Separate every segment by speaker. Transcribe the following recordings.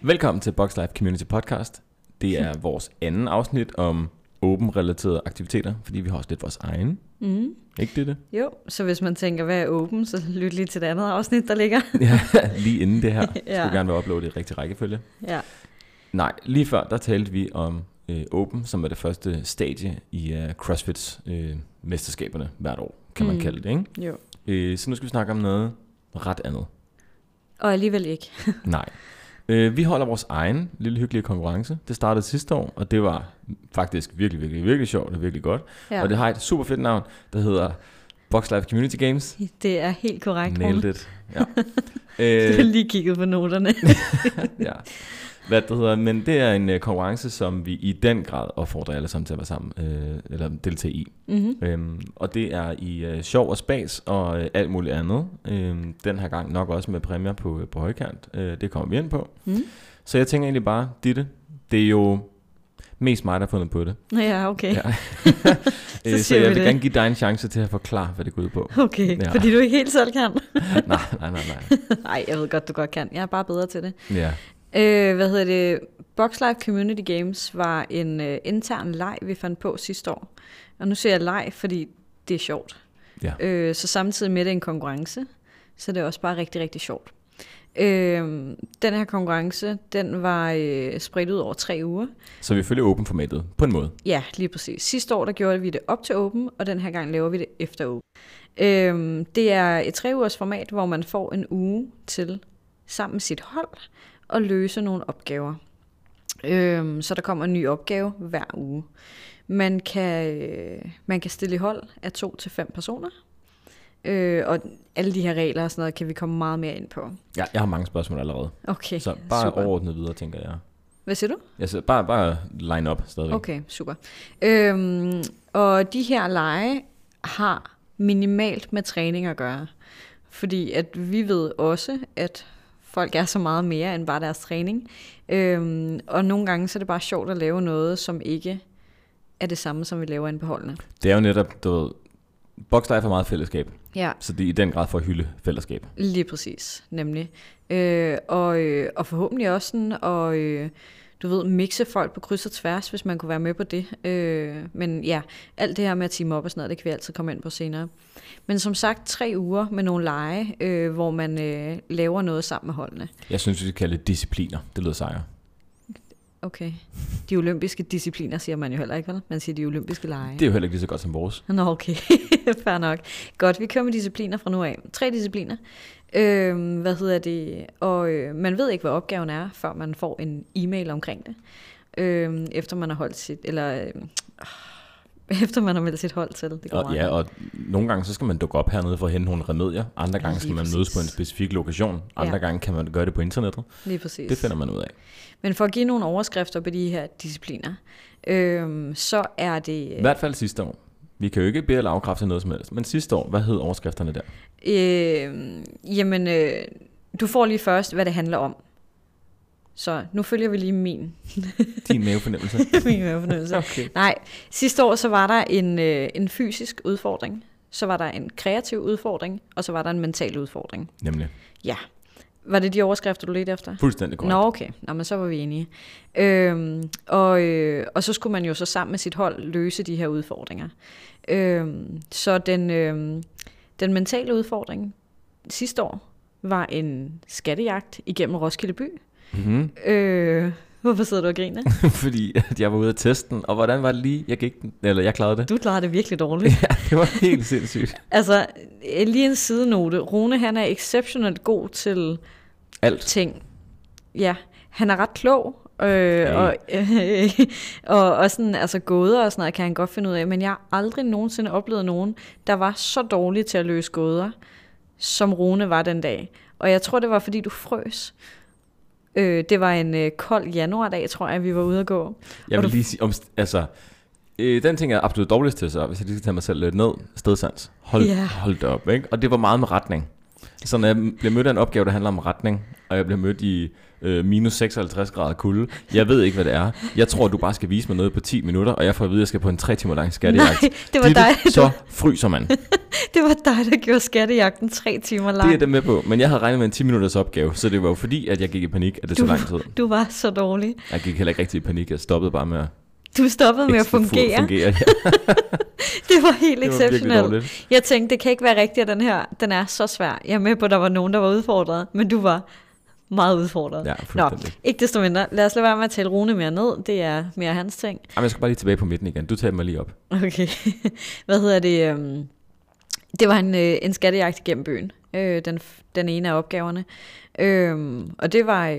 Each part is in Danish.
Speaker 1: Velkommen til Box Life Community Podcast. Det er vores anden afsnit om åben-relaterede aktiviteter, fordi vi har også lidt vores egen.
Speaker 2: Mm.
Speaker 1: Ikke det, det?
Speaker 2: Jo, så hvis man tænker, hvad er åben, så lyt lige til det andet afsnit, der ligger.
Speaker 1: Ja, lige inden det her. Skulle
Speaker 2: Ja.
Speaker 1: gerne være uploadet i rigtig rækkefølge.
Speaker 2: ja.
Speaker 1: Nej, lige før, der talte vi om øh, Open, som er det første stadie i øh, CrossFits øh, mesterskaberne hvert år, kan man
Speaker 2: Mm.
Speaker 1: kalde det, ikke?
Speaker 2: Jo.
Speaker 1: Øh, så nu skal vi snakke om noget ret andet.
Speaker 2: Og alligevel ikke.
Speaker 1: Nej. Øh, vi holder vores egen lille hyggelige konkurrence. Det startede sidste år, og det var faktisk virkelig, virkelig, virkelig sjovt og virkelig godt. Ja. Og det har et super fedt navn, der hedder Box Life Community Games.
Speaker 2: det er helt korrekt.
Speaker 1: Nailed it. Ja.
Speaker 2: Jeg har
Speaker 1: øh,
Speaker 2: lige kigget på noterne.
Speaker 1: ja. Hvad det hedder, men det er en øh, konkurrence, som vi i den grad opfordrer alle sammen til at være sammen, øh, eller deltage i.
Speaker 2: mm-hmm.
Speaker 1: Øhm, og det er i øh, sjov og spas og øh, alt muligt andet. Øhm, den her gang nok også med præmier på, øh, på højkant. Øh, det kommer vi ind på.
Speaker 2: Mm.
Speaker 1: Så jeg tænker egentlig bare, Ditte, det er jo mest mig, der har fundet på det.
Speaker 2: Nå ja, okay.
Speaker 1: Ja.
Speaker 2: Ja.
Speaker 1: Øh, så,
Speaker 2: siger vi
Speaker 1: jeg vil
Speaker 2: det.
Speaker 1: gerne give dig en chance til at forklare, hvad det går ud på.
Speaker 2: Okay,
Speaker 1: Ja.
Speaker 2: ja. fordi du ikke helt selv kan.
Speaker 1: nej, nej, nej, nej.
Speaker 2: Nej, jeg ved godt, du godt kan. Jeg er bare bedre til det.
Speaker 1: Ja.
Speaker 2: Øh, hvad hedder det? Box Life Community Games var en øh, intern leg, vi fandt på sidste år. Og nu ser jeg leg, fordi det er sjovt.
Speaker 1: Ja.
Speaker 2: Øh, så samtidig med det er en konkurrence, så det er også bare rigtig, rigtig sjovt. Øh, den her konkurrence, den var øh, spredt ud over tre uger.
Speaker 1: Så vi følger åben formatet på en måde.
Speaker 2: Ja, lige præcis. Sidste år der gjorde vi det op til åben, og den her gang laver vi det efter åben. Øhm, det er et tre ugers format, hvor man får en uge til sammen med sit hold at løse nogle opgaver. Øhm, så der kommer en ny opgave hver uge. Man kan, øh, man kan stille i hold af to til fem personer. Øh, og alle de her regler og sådan noget kan vi komme meget mere ind på.
Speaker 1: Ja, jeg har mange spørgsmål allerede.
Speaker 2: Okay,
Speaker 1: Så bare
Speaker 2: super.
Speaker 1: overordnet videre, tænker jeg.
Speaker 2: Hvad siger du?
Speaker 1: Altså, bare, bare line up stadigvæk.
Speaker 2: Okay, super. Øhm, og de her lege har minimalt med træning at gøre. Fordi at vi ved også, at folk er så meget mere end bare deres træning. Øhm, og nogle gange så er det bare sjovt at lave noget, som ikke er det samme, som vi laver inde på holdene.
Speaker 1: Det er jo netop, du ved, Box Life er meget fællesskab,
Speaker 2: Ja,
Speaker 1: så det er i den grad for at hylde fællesskab.
Speaker 2: Lige præcis, nemlig. Øh, og, øh, og forhåbentlig også sådan, og øh, du ved, mixe folk på kryds og tværs, hvis man kunne være med på det. Øh, men ja, alt det her med at team op og sådan noget, det kan vi altid komme ind på senere. Men som sagt, tre uger med nogle lege, øh, hvor man øh, laver noget sammen med holdene.
Speaker 1: Jeg synes, vi skal kalde det discipliner. Det lyder sejere.
Speaker 2: Okay. De olympiske discipliner siger man jo heller ikke, vel? Man siger de olympiske lege.
Speaker 1: Det er jo heller ikke lige så godt som vores.
Speaker 2: Nå, okay. Fair nok. Godt, vi kører med discipliner fra nu af. Tre discipliner. Øhm, hvad hedder det? Og øh, man ved ikke, hvad opgaven er, før man får en e-mail omkring det. Øhm, efter man har holdt sit... Eller... øhm, ah, efter man har meldt sit hold til. Det går
Speaker 1: Og,
Speaker 2: meget
Speaker 1: ja,
Speaker 2: godt.
Speaker 1: og nogle gange så skal man dukke op hernede for at hente nogle remedier. Andre gange
Speaker 2: Lige
Speaker 1: skal man
Speaker 2: præcis.
Speaker 1: mødes på en specifik lokation. Andre
Speaker 2: Ja.
Speaker 1: gange kan man gøre det på internettet.
Speaker 2: Lige præcis.
Speaker 1: Det finder man ud af.
Speaker 2: Men for at give nogle overskrifter på de her discipliner, øhm, så er det...
Speaker 1: I hvert fald sidste år. Vi kan jo ikke bede eller afkræfte noget som helst. Men sidste år, hvad hed overskrifterne der?
Speaker 2: Øh, jamen, øh, du får lige først, hvad det handler om. Så nu følger vi lige min
Speaker 1: Din mavefornemmelse.
Speaker 2: min mavefornemmelse.
Speaker 1: Okay.
Speaker 2: Nej, sidste år så var der en, øh, en fysisk udfordring, så var der en kreativ udfordring, og så var der en mental udfordring.
Speaker 1: Nemlig.
Speaker 2: Ja. Var det de overskrifter, du ledte efter?
Speaker 1: Fuldstændig korrekt.
Speaker 2: Nå, okay. Nå, men så var vi enige. Øhm, og, øh, og så skulle man jo så sammen med sit hold løse de her udfordringer. Øhm, så den, øhm, den mentale udfordring sidste år var en skattejagt igennem Roskilde by.
Speaker 1: Mm-hmm.
Speaker 2: Øh, hvorfor sidder du og griner?
Speaker 1: Fordi at jeg var ude af testen, og hvordan var det lige, jeg gik den? Eller jeg klarede det.
Speaker 2: Du klarede det virkelig dårligt.
Speaker 1: Ja, det var helt sindssygt.
Speaker 2: Altså, øh, lige en sidenote. Rune, han er exceptionelt god til
Speaker 1: Alt.
Speaker 2: ting. Ja, han er ret klog. Øh,
Speaker 1: Hey.
Speaker 2: og, øh, og, og sådan, altså gåder og sådan noget kan han godt finde ud af, men jeg har aldrig nogensinde oplevet nogen, der var så dårlig til at løse gåder, som Rune var den dag. Og jeg tror, det var, fordi du frøs. Øh, det var en øh, kold januardag, tror jeg, vi var ude at gå.
Speaker 1: Jeg
Speaker 2: Og
Speaker 1: vil
Speaker 2: du-
Speaker 1: lige sige, om, altså, øh, den ting, jeg er absolut dårligst til, så hvis jeg lige skal tage mig selv lidt ned, stedsans. Hold,
Speaker 2: Ja.
Speaker 1: hold da op, ikke? Og det var meget med retning. Så når jeg bliver mødt af en opgave, der handler om retning, og jeg bliver mødt i øh, minus 56 grader kulde, jeg ved ikke, hvad det er. Jeg tror, du bare skal vise mig noget på 10 minutter, og jeg får at vide, at jeg skal på en 3 timer lang skattejagt.
Speaker 2: Nej, det var dig.
Speaker 1: Så fryser man.
Speaker 2: det var dig, der gjorde skattejagten tre timer lang.
Speaker 1: Det er jeg da med på, men jeg havde regnet med en 10 minutters opgave, så det var jo fordi, at jeg gik i panik, at det
Speaker 2: Du-
Speaker 1: tog lang tid.
Speaker 2: Du var så dårlig.
Speaker 1: Jeg gik heller ikke rigtig i panik, jeg stoppede bare med at,
Speaker 2: Du stoppede med at
Speaker 1: ekstra fu-
Speaker 2: fungere.
Speaker 1: fungere. Ja,
Speaker 2: Det var helt
Speaker 1: det var virkelig
Speaker 2: exceptionelt.
Speaker 1: dårligt.
Speaker 2: Jeg tænkte, det kan ikke være rigtigt, at den her den er så svær. Jeg er med på, at der var nogen, der var udfordret, men du var meget udfordret.
Speaker 1: Ja,
Speaker 2: Nå,
Speaker 1: fuldstændig.
Speaker 2: ikke desto mindre. Lad os lade være med at tale Rune mere ned. Det er mere hans ting.
Speaker 1: Jamen, jeg skal bare lige tilbage på midten igen. Du tager mig lige op.
Speaker 2: Okay. Hvad hedder det? øhm, Det var en, øh, en skattejagt igennem byen. Øh, Den, f- den ene af opgaverne. Øhm, Og det var, øh,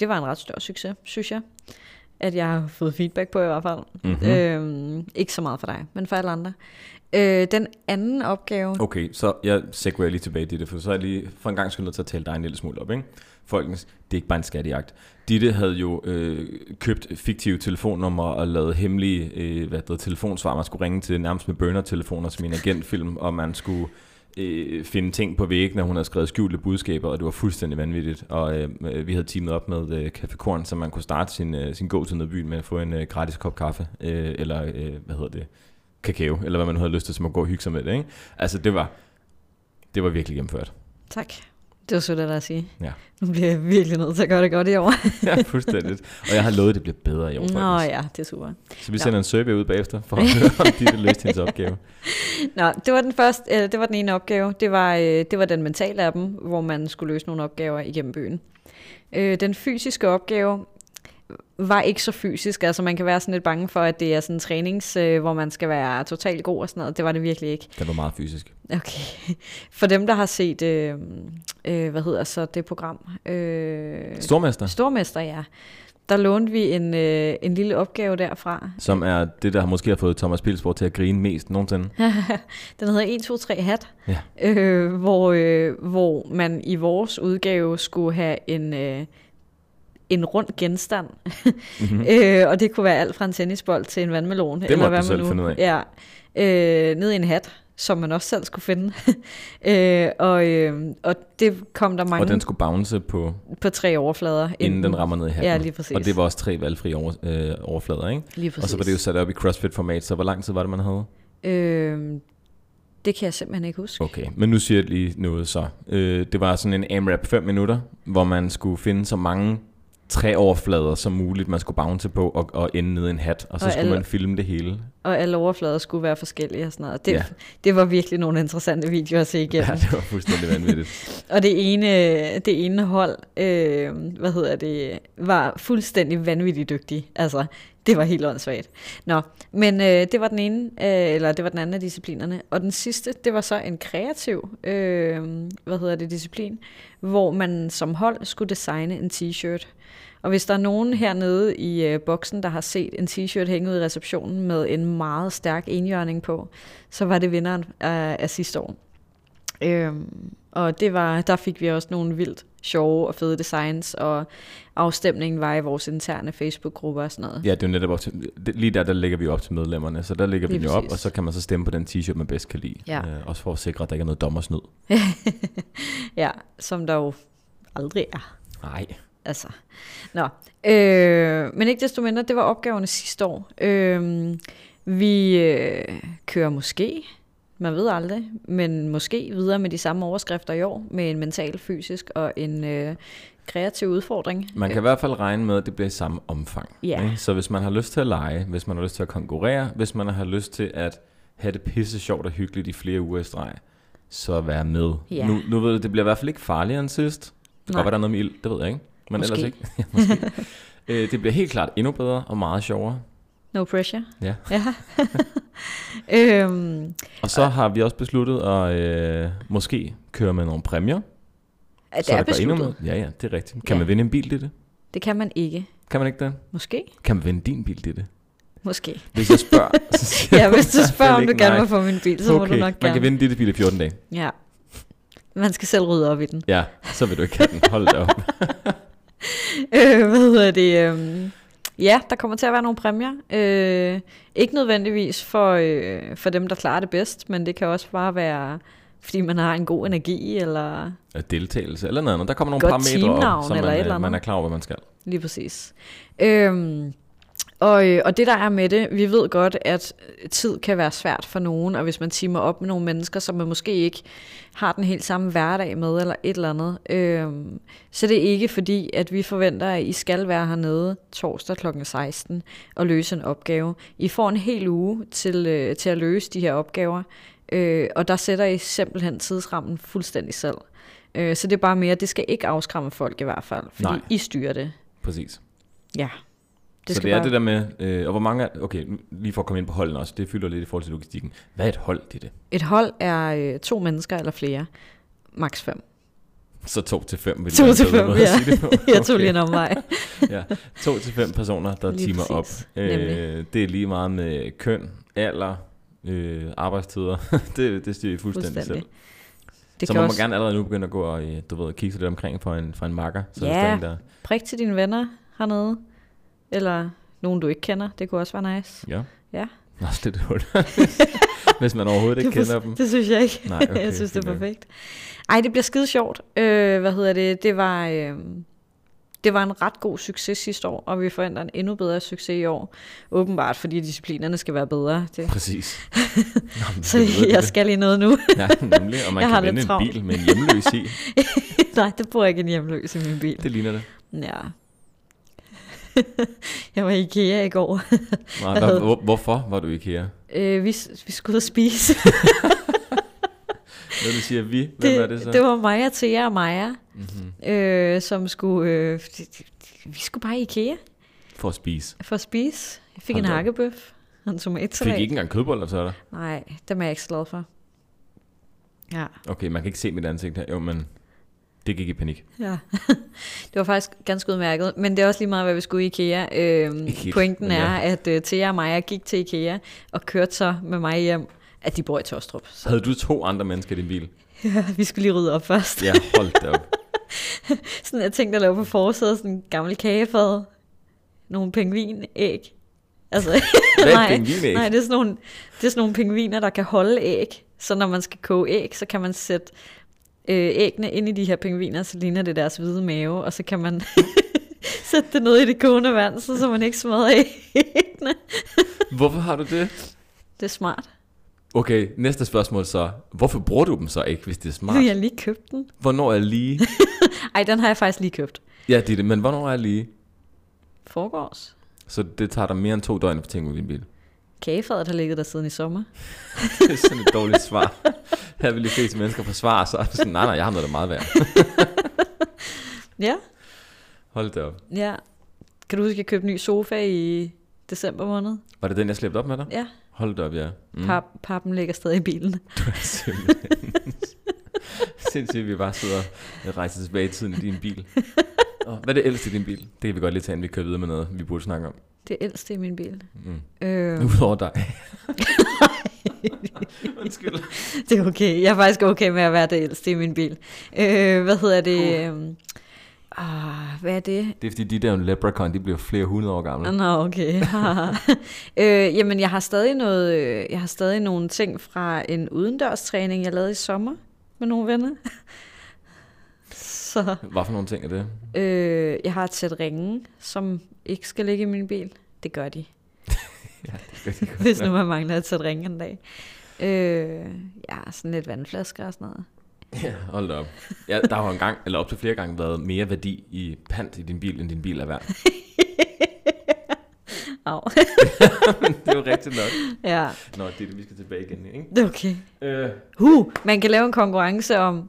Speaker 2: det var en ret stor succes, synes jeg. At jeg har fået feedback på i hvert fald.
Speaker 1: Mhm.
Speaker 2: Øhm, ikke så meget for dig, men for alle andre. Øh, den anden opgave,
Speaker 1: Okay, så jeg segwayer lige tilbage til det, for så er jeg lige for en gang skyld nødt til at tale dig en lille smule op, ikke? Folkens, det er ikke bare en skattejagt. Ditte havde jo øh, købt fiktive telefonnumre og lavet hemmelige øh, hvad hedder, telefonsvar, man skulle ringe til nærmest med burner-telefoner som i en agentfilm, og man skulle øh, finde ting på væggene, og hun havde skrevet skjulte budskaber, og det var fuldstændig vanvittigt. Og øh, vi havde teamet op med øh, Café Korn, så man kunne starte sin, øh, sin gåtur ned i byen med at få en øh, gratis kop kaffe, øh, eller øh, hvad hedder det, kakao, eller hvad man nu havde lyst til, som at gå og hygge sig med det, ikke? Altså, det var, det var virkelig gennemført.
Speaker 2: tak. Det var sødt af dig at sige.
Speaker 1: Ja.
Speaker 2: Nu bliver jeg virkelig nødt til at gøre det godt i år.
Speaker 1: ja, fuldstændigt. Og jeg har lovet, at det bliver bedre i år,
Speaker 2: Nå
Speaker 1: folkens.
Speaker 2: ja, det er super.
Speaker 1: Så vi sender en survey ud bagefter, for at høre, om de har løst hendes opgave.
Speaker 2: Nå, det var den første, øh, det var den ene opgave. Det var, øh, det var den mentale af dem, hvor man skulle løse nogle opgaver igennem byen. Øh, den fysiske opgave var ikke så fysisk, altså man kan være sådan lidt bange for, at det er sådan en trænings, øh, hvor man skal være totalt god og sådan noget. Det var det virkelig ikke.
Speaker 1: Det var meget fysisk.
Speaker 2: Okay. For dem, der har set, øh, øh, hvad hedder så det program? Øh,
Speaker 1: Stormester,
Speaker 2: Stormester, ja. Der lånte vi en, øh, en lille opgave derfra.
Speaker 1: som er det, der måske har fået Thomas Pilsborg til at grine mest nogensinde.
Speaker 2: Den hedder 1, 2, 3 hat,
Speaker 1: Ja.
Speaker 2: øh, hvor, øh, hvor man i vores udgave skulle have en, øh, en rund genstand. Mm-hmm. øh, og det kunne være alt fra en tennisbold til en vandmelon. Det
Speaker 1: Mhm. måtte
Speaker 2: hvad
Speaker 1: du selv
Speaker 2: nu-
Speaker 1: finde ud af.
Speaker 2: Ja, øh, ned i en hat, som man også selv skulle finde. øh, og, øh, og det kom der mange
Speaker 1: Og den skulle bounce på,
Speaker 2: på tre overflader.
Speaker 1: inden den rammer ned i hatten.
Speaker 2: Ja, lige præcis.
Speaker 1: Og det var også tre valgfrie over, øh, overflader, ikke?
Speaker 2: Lige præcis.
Speaker 1: Og så var det jo sat op i CrossFit-format, så hvor lang tid var det, man havde?
Speaker 2: Øh, det kan jeg simpelthen ikke huske.
Speaker 1: Okay, men nu siger jeg lige noget så. Øh, det var sådan en AMRAP 5 minutter, hvor man skulle finde så mange træoverflader som muligt, man skulle bounce på og, og ende ned i en hat, og så
Speaker 2: Og
Speaker 1: og skulle
Speaker 2: alle-
Speaker 1: man filme det hele.
Speaker 2: og alle overflader skulle være forskellige og sådan noget. Det, ja.
Speaker 1: Ja.
Speaker 2: det var virkelig nogle interessante videoer at se igennem.
Speaker 1: Ja, det var fuldstændig vanvittigt.
Speaker 2: Og det ene, det ene hold, øh, hvad hedder det, var fuldstændig vanvittigt dygtig. Altså, det var helt åndssvagt. Nå, men øh, det var den ene, øh, eller det var den anden af disciplinerne. Og den sidste, det var så en kreativ, øh, hvad hedder det, disciplin, hvor man som hold skulle designe en t-shirt. Og hvis der er nogen hernede i øh, boksen, der har set en t-shirt hænge ud i receptionen med en meget stærk enhjørning på, så var det vinderen øh, af, af sidste år. Øhm, og det var, der fik vi også nogle vildt sjove og fede designs, og afstemningen var i vores interne Facebook-gruppe og sådan noget.
Speaker 1: Ja, det er jo netop op til, det- lige der, der lægger vi op til medlemmerne, så der lægger vi
Speaker 2: Lige
Speaker 1: det op,
Speaker 2: præcis.
Speaker 1: og så kan man så stemme på den t-shirt, man bedst kan lide.
Speaker 2: Ja.
Speaker 1: Øh, også for at sikre, at der ikke er noget dommersnyd.
Speaker 2: Ja, som der jo aldrig er.
Speaker 1: Nej.
Speaker 2: Altså. Nå. Øh, men ikke desto mindre, det var opgaverne sidste år. Øh, vi øh, kører måske, man ved aldrig, men måske videre med de samme overskrifter i år, med en mental, fysisk og en øh, kreativ udfordring.
Speaker 1: Man kan i hvert fald regne med, at det bliver i samme omfang.
Speaker 2: Ja.
Speaker 1: ikke? Så hvis man har lyst til at lege, hvis man har lyst til at konkurrere, hvis man har lyst til at have det pisse sjovt og hyggeligt i flere uger i streg, så vær med.
Speaker 2: Ja.
Speaker 1: Nu, nu ved du, det bliver i hvert fald ikke farligere end sidst. Det kan
Speaker 2: Nej.
Speaker 1: godt være, der er noget med ild, det ved jeg ikke. Men
Speaker 2: Måske.
Speaker 1: ellers ikke. ja, måske. Øh, det bliver helt klart endnu bedre og meget sjovere.
Speaker 2: No pressure.
Speaker 1: Ja.
Speaker 2: ja. øhm,
Speaker 1: Og så har vi også besluttet at øh, måske køre med nogle præmier.
Speaker 2: at
Speaker 1: så
Speaker 2: det er
Speaker 1: der går endnu
Speaker 2: besluttet.
Speaker 1: med- Ja, ja, det er rigtigt. Kan
Speaker 2: Ja.
Speaker 1: man vinde en bil i det?
Speaker 2: Det kan man ikke.
Speaker 1: Kan man ikke det?
Speaker 2: Måske.
Speaker 1: Kan man vinde din bil i det?
Speaker 2: Måske.
Speaker 1: Hvis jeg spørger, så siger
Speaker 2: Ja,
Speaker 1: du
Speaker 2: hvis du spørger, om
Speaker 1: selvfølgelig
Speaker 2: du
Speaker 1: ikke
Speaker 2: gerne
Speaker 1: nej.
Speaker 2: må få min bil, så okay. må du nok
Speaker 1: man kan
Speaker 2: gerne.
Speaker 1: vinde dit bil i 14 dage.
Speaker 2: Ja. Man skal selv rydde op i den.
Speaker 1: Ja, så vil du ikke have den. Hold da op.
Speaker 2: Øh, hvad hedder det? Øhm, ja, der kommer til at være nogle præmier. Øh, ikke nødvendigvis for, øh, for dem, der klarer det bedst, men det kan også bare være, fordi man har en god energi, eller
Speaker 1: Og Deltagelse eller noget andet. Der kommer nogle
Speaker 2: Godt
Speaker 1: parametre
Speaker 2: teamnavn
Speaker 1: op, så man,
Speaker 2: eller et eller
Speaker 1: øh, man
Speaker 2: andet.
Speaker 1: er klar over, hvad man skal.
Speaker 2: Lige præcis. Øhm, Og, øh, og det der er med det, vi ved godt, at tid kan være svært for nogen, og hvis man timer op med nogle mennesker, som man måske ikke har den helt samme hverdag med, eller et eller andet, øh, så det er ikke fordi, at vi forventer, at I skal være hernede torsdag kl. 16 og løse en opgave. I får en hel uge til, øh, til at løse de her opgaver, øh, og der sætter I simpelthen tidsrammen fuldstændig selv. Øh, så det er bare mere, det skal ikke afskræmme folk i hvert fald, fordi
Speaker 1: Nej.
Speaker 2: Nej. I styrer det.
Speaker 1: Præcis.
Speaker 2: Ja.
Speaker 1: Det så det er det der med, øh, og hvor mange er, okay, nu- lige for at komme ind på holdene også, det fylder lidt i forhold til logistikken. Hvad er et hold, det er det?
Speaker 2: Et hold er øh, to mennesker eller flere. Max fem.
Speaker 1: Så to til fem, vil det
Speaker 2: To
Speaker 1: være en
Speaker 2: til
Speaker 1: bedre
Speaker 2: fem,
Speaker 1: måde at
Speaker 2: ja.
Speaker 1: sige det på.
Speaker 2: Jeg tog lige en omvej.
Speaker 1: ja. To til fem personer, der
Speaker 2: Lige
Speaker 1: timer
Speaker 2: præcis,
Speaker 1: op. Øh,
Speaker 2: nemlig.
Speaker 1: det er lige meget med køn, alder, øh, arbejdstider. det, det styrer I fuldstændig,
Speaker 2: Fuldstændig.
Speaker 1: selv.
Speaker 2: Det
Speaker 1: så
Speaker 2: kan
Speaker 1: må
Speaker 2: også
Speaker 1: man gerne allerede nu begynde at gå og øh, du ved, kigge sig lidt omkring for en, for en makker. Så hvis
Speaker 2: Ja.
Speaker 1: der er en, der,
Speaker 2: prik til dine venner hernede. Eller nogen, du ikke kender. Det kunne også være nice.
Speaker 1: ja.
Speaker 2: Ja.
Speaker 1: Nå, det er lidt hul. hvis man overhovedet ikke
Speaker 2: det,
Speaker 1: kender dem.
Speaker 2: det synes jeg ikke.
Speaker 1: Nej,
Speaker 2: Okay,
Speaker 1: okay,
Speaker 2: jeg synes, det er
Speaker 1: fint nok.
Speaker 2: perfekt. Ej, det bliver skide sjovt. Øh, hvad hedder det? Det var, øh, det var en ret god succes sidste år, og vi forventer en endnu bedre succes i år. Åbenbart, fordi disciplinerne skal være bedre. Det.
Speaker 1: Præcis. Nå, men
Speaker 2: Så
Speaker 1: det lyder
Speaker 2: jeg
Speaker 1: det.
Speaker 2: skal lige noget nu.
Speaker 1: Ja, nemlig. Og man jeg
Speaker 2: Jeg har
Speaker 1: kan
Speaker 2: lidt
Speaker 1: vende en
Speaker 2: travlt.
Speaker 1: bil med en hjemløs i.
Speaker 2: Nej, det bruger jeg ikke en hjemløs i min bil.
Speaker 1: Det ligner det.
Speaker 2: Ja. jeg var i Ikea i går.
Speaker 1: Nej,
Speaker 2: Hvad
Speaker 1: hvad,
Speaker 2: hedder-
Speaker 1: hvor, hvorfor var du ikke her?
Speaker 2: Øh, vi, vi skulle ud og spise.
Speaker 1: Når du siger vi, hvem det, er det så?
Speaker 2: det var Maja, Thea og Maja,
Speaker 1: Mm-hmm.
Speaker 2: øh, som skulle... Øh, de- de- de- vi skulle bare i Ikea
Speaker 1: For at spise.
Speaker 2: for at spise. Jeg fik
Speaker 1: Hold
Speaker 2: en
Speaker 1: da op.
Speaker 2: hakkebøf og en tomatsalat.
Speaker 1: Fik I ikke engang kødboller, så er der?
Speaker 2: Nej, dem er jeg ikke så glad for. Ja,
Speaker 1: Okay, man kan ikke se mit ansigt her. Jo, men det gik i panik.
Speaker 2: ja. det var faktisk ganske udmærket, men det er også lige meget, hvad vi skulle i Ikea. Øhm,
Speaker 1: Ikke helt,
Speaker 2: pointen
Speaker 1: men ja.
Speaker 2: er, at øh, Thea og Maja gik til Ikea og kørte så med mig hjem, at de bor i Tostrup. Så
Speaker 1: Havde du to andre mennesker i din bil?
Speaker 2: vi skulle lige rydde op først.
Speaker 1: Ja, hold da op.
Speaker 2: Sådan, jeg tænkte at lave på forsædet sådan en gammel kagefad, nogle pingvinæg. Altså,
Speaker 1: Hvad er
Speaker 2: nej,
Speaker 1: et pingvinæg?
Speaker 2: nej, det er, sådan nogle, det er sådan nogle pingviner, der kan holde æg. Så når man skal koge æg, så kan man sætte øh, æggene ind i de her pingviner, så ligner det deres hvide mave, og så kan man sætte det ned i det kogende vand, så, så man ikke smadrer æggene.
Speaker 1: Hvorfor har du det?
Speaker 2: Det er smart.
Speaker 1: Okay, næste spørgsmål så. Hvorfor bruger du dem så ikke, hvis det er
Speaker 2: Nu har
Speaker 1: smart?
Speaker 2: jeg lige købt den.
Speaker 1: Hvornår er lige?
Speaker 2: Ej, den har jeg faktisk lige købt.
Speaker 1: Ja, det er det, men hvornår er lige?
Speaker 2: Forgårs.
Speaker 1: Så det tager dig mere end to døgn at få ting ud i din bil.
Speaker 2: Kagefadet har ligget der siden i sommer.
Speaker 1: Det er sådan et dårligt svar. Her vil de fleste mennesker forsvare sig. Sådan, nej, nej, jeg har noget, der er meget værd.
Speaker 2: Ja,
Speaker 1: Hold da op.
Speaker 2: Ja. Kan du huske, at jeg købte en ny sofa i december måned?
Speaker 1: Var det den, jeg slæbte op med dig?
Speaker 2: Ja.
Speaker 1: Hold da op, ja. Mm.
Speaker 2: Pap, pappen ligger stadig i bilen.
Speaker 1: Simpelthen. Sindssygt, vi bare sidder og rejser tilbage i tiden i din bil. Og hvad er det ældste i din bil? Det kan vi godt lige tage, inden vi kører videre med noget, vi burde snakke om.
Speaker 2: Det ældste i min bil.
Speaker 1: Mm.
Speaker 2: Øh,
Speaker 1: Udover dig. Undskyld.
Speaker 2: det er okay. Jeg er faktisk okay med at være det ældste i min bil. Øh, hvad hedder det? Uh, hvad er det?
Speaker 1: Det er fordi, de der leprechaun, de bliver flere hundrede år gamle.
Speaker 2: Nå, okay. øh, jamen, jeg har, stadig noget, øh, jeg har stadig nogle ting fra en udendørstræning, jeg lavede i sommer med nogle venner. Så
Speaker 1: Hvad for nogle ting er det?
Speaker 2: øh, jeg har et sæt ringe, som ikke skal ligge i min bil. Det gør de. Hvis nu man mangler at sætte ringe en dag. Øh, ja, sådan lidt vandflasker og sådan noget.
Speaker 1: Ja, hold da op. Ja, der har jo engang, eller op til flere gange, været mere værdi i pant i din bil, end din bil er værd.
Speaker 2: Au.
Speaker 1: det er jo rigtigt nok.
Speaker 2: ja,
Speaker 1: Nå, det er det, vi skal tilbage igen, ikke?
Speaker 2: det er okay.
Speaker 1: Øh,
Speaker 2: Huh, man kan lave en konkurrence om,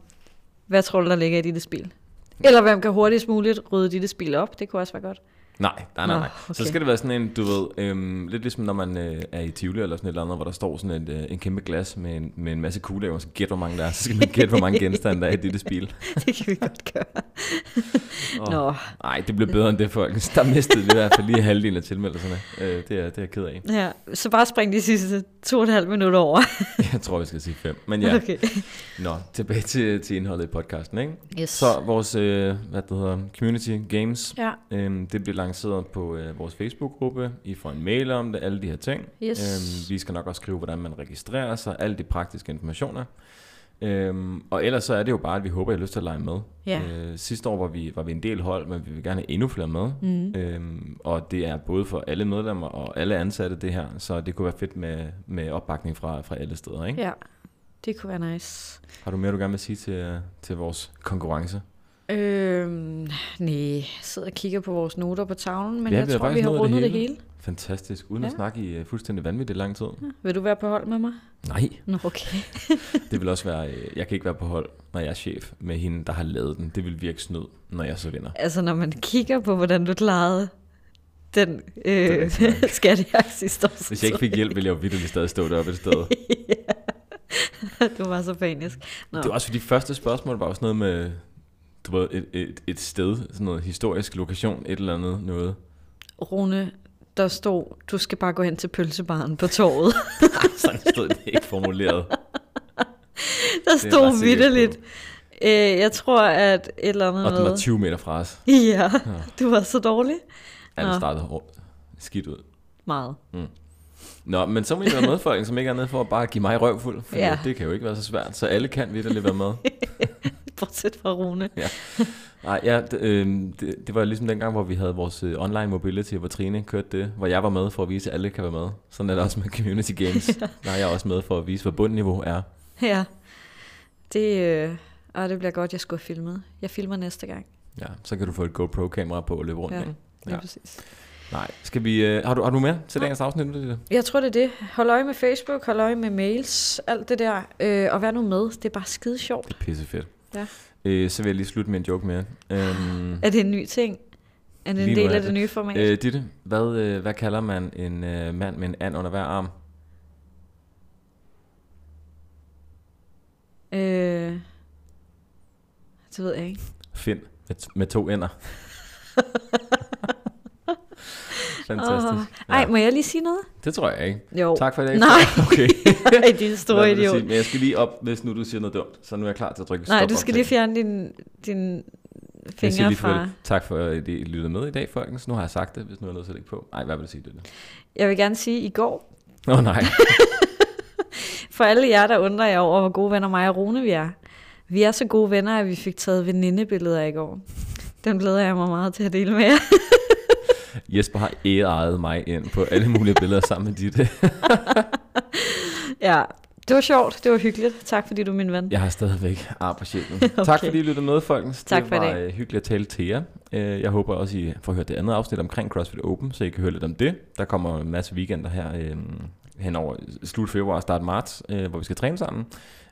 Speaker 2: hvad tror du, der ligger i dit spil? Eller hvem kan hurtigst muligt rydde dit spil op? Det kunne også være godt.
Speaker 1: Nej, nej, nej,
Speaker 2: Nå,
Speaker 1: nej. Okay.
Speaker 2: okay.
Speaker 1: Så skal det være sådan en, du ved, øhm, lidt ligesom når man øh, er i Tivoli eller sådan et eller andet, hvor der står sådan et, øh, en kæmpe glas med en, med en masse kugler, og så gæt, hvor mange der er. Så skal man gætte, hvor mange genstande der er i dette spil.
Speaker 2: Det kan vi godt gøre.
Speaker 1: Åh.
Speaker 2: Nå,
Speaker 1: Nej, det blev bedre end det, folkens. Der mistede vi i hvert fald lige halvdelen af tilmeldelserne. Øh, det, er, det er jeg ked af.
Speaker 2: ja. Så bare spring de sidste to og et halvt minutter over.
Speaker 1: Jeg tror, vi skal sige fem. Men ja,
Speaker 2: Okay.
Speaker 1: nå, tilbage til, til indholdet i podcasten, ikke?
Speaker 2: Yes.
Speaker 1: Så vores, øh, hvad det hedder, Community Games,
Speaker 2: Ja,
Speaker 1: Øhm, det bliver lanceret på øh, vores Facebook-gruppe. I får en mail om det, alle de her ting. Øhm,
Speaker 2: Yes.
Speaker 1: vi skal nok også skrive, hvordan man registrerer sig, alle de praktiske informationer. Øhm, og ellers så er det jo bare, at vi håber, at I har lyst til at lege med.
Speaker 2: Ja.
Speaker 1: Øh, sidste år var vi, var vi en del hold, men vi vil gerne have endnu flere med.
Speaker 2: Mm.
Speaker 1: Øhm, og det er både for alle medlemmer og alle ansatte det her, så det kunne være fedt med, med opbakning fra, fra alle steder. Ikke?
Speaker 2: Ja, det kunne være nice.
Speaker 1: Har du mere, du gerne vil sige til, øh, til vores konkurrence?
Speaker 2: Øhm, nej, sidder og kigger på vores noter på tavlen, men
Speaker 1: Ja,
Speaker 2: jeg
Speaker 1: vi har
Speaker 2: tror, vi
Speaker 1: faktisk
Speaker 2: har
Speaker 1: nået
Speaker 2: rundet det hele.
Speaker 1: Fantastisk, uden ja. at
Speaker 2: Ja.
Speaker 1: snakke i uh, fuldstændig vanvittigt lang tid.
Speaker 2: Vil du være på hold med mig?
Speaker 1: Nej,
Speaker 2: Nå, okay.
Speaker 1: det vil også være, øh, jeg kan ikke være på hold, når jeg er chef med hende, der har lavet den. Det vil virke snyd, når jeg så vinder.
Speaker 2: Altså, når man kigger på, hvordan du klarede den øh, skattejagt sidste år. så
Speaker 1: Hvis jeg ikke fik hjælp, ville jeg jo virkelig stadig stå deroppe et sted.
Speaker 2: tror jeg, Du var så panisk. Nå.
Speaker 1: Det var også, fordi første spørgsmål var også noget med, du ved, et, et, et sted, sådan noget historisk lokation, et eller andet noget.
Speaker 2: Rune, der stod, du skal bare gå hen til pølsebaren på torvet.
Speaker 1: Sådan stod det ikke formuleret.
Speaker 2: Der
Speaker 1: jeg ret
Speaker 2: stod
Speaker 1: sikker
Speaker 2: vitterligt.
Speaker 1: på.
Speaker 2: Øh, jeg tror, at et eller andet
Speaker 1: Og den var
Speaker 2: med...
Speaker 1: 20 meter fra os.
Speaker 2: Ja, du var så dårlig.
Speaker 1: Ja, den
Speaker 2: Nå.
Speaker 1: startede hårdt. skidt ud.
Speaker 2: Meget.
Speaker 1: Nå, men så må I være med, folk, som ikke er nede for at bare give mig røvfuld. For
Speaker 2: Ja.
Speaker 1: ja. det kan jo ikke være så svært, så alle kan vitterligt være med.
Speaker 2: Bortset fra Rune.
Speaker 1: Nej, ja, det, øh, det, det, var ligesom dengang, hvor vi havde vores øh, online mobility, hvor Trine kørte det, hvor jeg var med for at vise, at alle kan være med. Sådan er det også med community games. Der er jeg også med for at vise, hvad bundniveau er.
Speaker 2: Ja. Det, øh, og det bliver godt, jeg skulle have filmet. Jeg filmer næste gang.
Speaker 1: Ja, så kan du få et GoPro-kamera på og løbe rundt.
Speaker 2: Ja.
Speaker 1: Ja. Ikke?
Speaker 2: Lige
Speaker 1: Ja.
Speaker 2: præcis.
Speaker 1: Nej. Skal vi, øh, har, du, har du mere til dagens afsnit? Mette?
Speaker 2: Jeg tror, det er det. Hold øje med Facebook, hold øje med mails, alt det der. Øh, og vær nu med. Det er bare skide sjovt.
Speaker 1: Det er pissefedt.
Speaker 2: Ja.
Speaker 1: Øh, så vil jeg lige slutte med en joke mere. Øhm,
Speaker 2: Er det en ny ting? Er det en
Speaker 1: Lige nu
Speaker 2: del
Speaker 1: er
Speaker 2: af
Speaker 1: det.
Speaker 2: det nye format?
Speaker 1: øh, Ditte, hvad, øh, hvad kalder man en øh, mand med en and under hver arm?
Speaker 2: Øh, det ved jeg ikke.
Speaker 1: Find med, t- med to ender. Fantastisk.
Speaker 2: Åh. Ej, må jeg lige sige noget?
Speaker 1: Det tror jeg ikke.
Speaker 2: Jo.
Speaker 1: Tak for i dag.
Speaker 2: Nej.
Speaker 1: Okay.
Speaker 2: Ej, din store
Speaker 1: Hvad vil du
Speaker 2: idiot.
Speaker 1: sige? Men jeg skal lige op, hvis nu du siger noget dumt. Så nu er jeg klar til at trykke
Speaker 2: Nej,
Speaker 1: stop
Speaker 2: du skal
Speaker 1: optagelsen.
Speaker 2: lige fjerne din, din
Speaker 1: Jeg siger
Speaker 2: fingre
Speaker 1: lige
Speaker 2: fra...
Speaker 1: farvel. Tak for, at I lyttede med i dag, folkens. Nu har jeg sagt det, hvis nu er jeg nødt til at lægge på. Nej, hvad vil du sige, Ditte?
Speaker 2: Jeg vil gerne sige i går,
Speaker 1: Åh oh, nej.
Speaker 2: for alle jer, der undrer jer over, hvor gode venner mig og Rune vi er. Vi er så gode venner, at vi fik taget venindebilleder i går. Den glæder jeg mig meget til at dele med jer.
Speaker 1: Jesper har æret mig ind på alle mulige billeder sammen med dit.
Speaker 2: Ja, det var sjovt, det var hyggeligt. Tak fordi du er min ven.
Speaker 1: Jeg har stadigvæk ar på sjælen.
Speaker 2: Okay.
Speaker 1: okay. Tak fordi I lyttede med, folkens.
Speaker 2: Tak
Speaker 1: det
Speaker 2: for i
Speaker 1: var
Speaker 2: dag.
Speaker 1: øh, hyggeligt at tale til jer. Øh, Jeg håber også, I får hørt det andet afsnit omkring CrossFit Open, så I kan høre lidt om det. Der kommer en masse weekender her øh, hen over slut februar og start marts, øh, hvor vi skal træne sammen.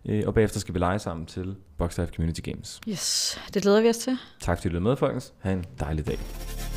Speaker 1: Øh, og bagefter skal vi lege sammen til Box Life Community Games.
Speaker 2: Yes, det glæder vi os til.
Speaker 1: Tak fordi I lyttede med, folkens. Ha' en dejlig dag.